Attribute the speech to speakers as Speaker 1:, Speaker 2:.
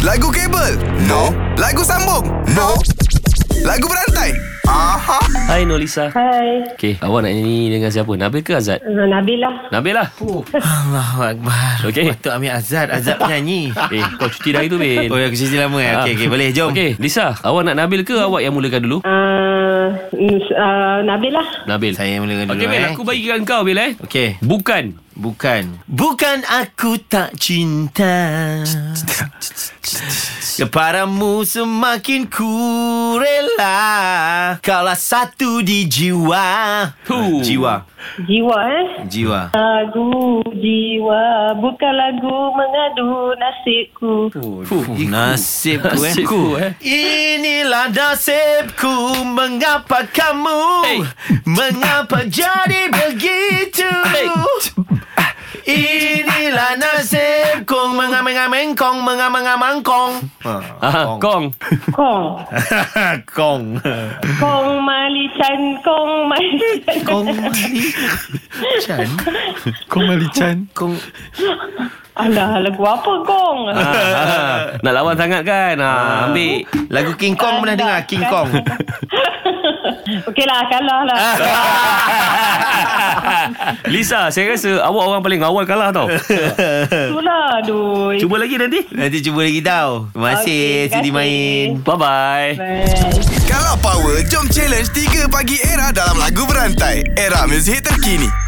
Speaker 1: Lagu kabel? No. Lagu sambung? No. Lagu berantai? Aha.
Speaker 2: Hai Nolisa
Speaker 3: Hai,
Speaker 2: Okay Awak nak nyanyi dengan siapa Nabil ke Azad
Speaker 3: uh, Nabila.
Speaker 2: Nabil lah
Speaker 4: Oh. Allahu Akbar
Speaker 2: Okey.
Speaker 4: Patut ambil Azad Azad penyanyi
Speaker 2: Eh kau cuti dah itu Bil
Speaker 4: Oh ya aku cuti lama
Speaker 2: Ah.
Speaker 4: ya Okey okey boleh jom
Speaker 2: Okey Lisa Awak nak Nabil ke Awak yang mulakan dulu
Speaker 3: Uh, uh, Nabila.
Speaker 2: Nabil
Speaker 4: Saya mulakan dulu
Speaker 2: Okey Bil
Speaker 4: eh
Speaker 2: Aku bagikan kau Bil eh
Speaker 4: Okey
Speaker 2: Bukan
Speaker 4: Bukan Bukan aku tak cinta Kepadamu semakin ku rela Kaulah satu di jiwa
Speaker 2: Huh.
Speaker 4: Jiwa
Speaker 3: Jiwa eh.
Speaker 4: Jiwa
Speaker 3: Lagu jiwa bukan lagu mengadu nasibku.
Speaker 2: Fuh,
Speaker 4: Nasibku eh.
Speaker 2: Nasibku, eh.
Speaker 4: Inilah nasibku Mengapa kamu
Speaker 2: Hey.
Speaker 4: Mengapa jadi begitu
Speaker 2: Hey.
Speaker 4: Inilah nasibku Mengamang-amang-kong Mengamang-amang-kong Ah,
Speaker 2: Aha, Ah, Kong
Speaker 3: Kong.
Speaker 4: Kong
Speaker 3: Kong malican, kong malican.
Speaker 4: Kong Mali Chan Kong Mali Chan Kong
Speaker 3: Alah, lagu apa kong?
Speaker 2: Ah, ah. Nak lawan sangat kan ah, Ambil
Speaker 4: Lagu King Kong pernah dengar King Kong
Speaker 3: Okeylah, kalah lah.
Speaker 2: Ah. Lisa saya rasa Awak orang paling awal kalah tau
Speaker 3: Itulah, lah, aduh.
Speaker 2: Cuba lagi nanti
Speaker 4: Nanti cuba lagi tau Terima kasih
Speaker 3: Okey, terima
Speaker 4: Sudi
Speaker 3: kasih.
Speaker 4: main
Speaker 2: Bye bye
Speaker 3: Bye.
Speaker 1: Kalau power, jom challenge 3 pagi era dalam lagu berantai. Era muzik terkini.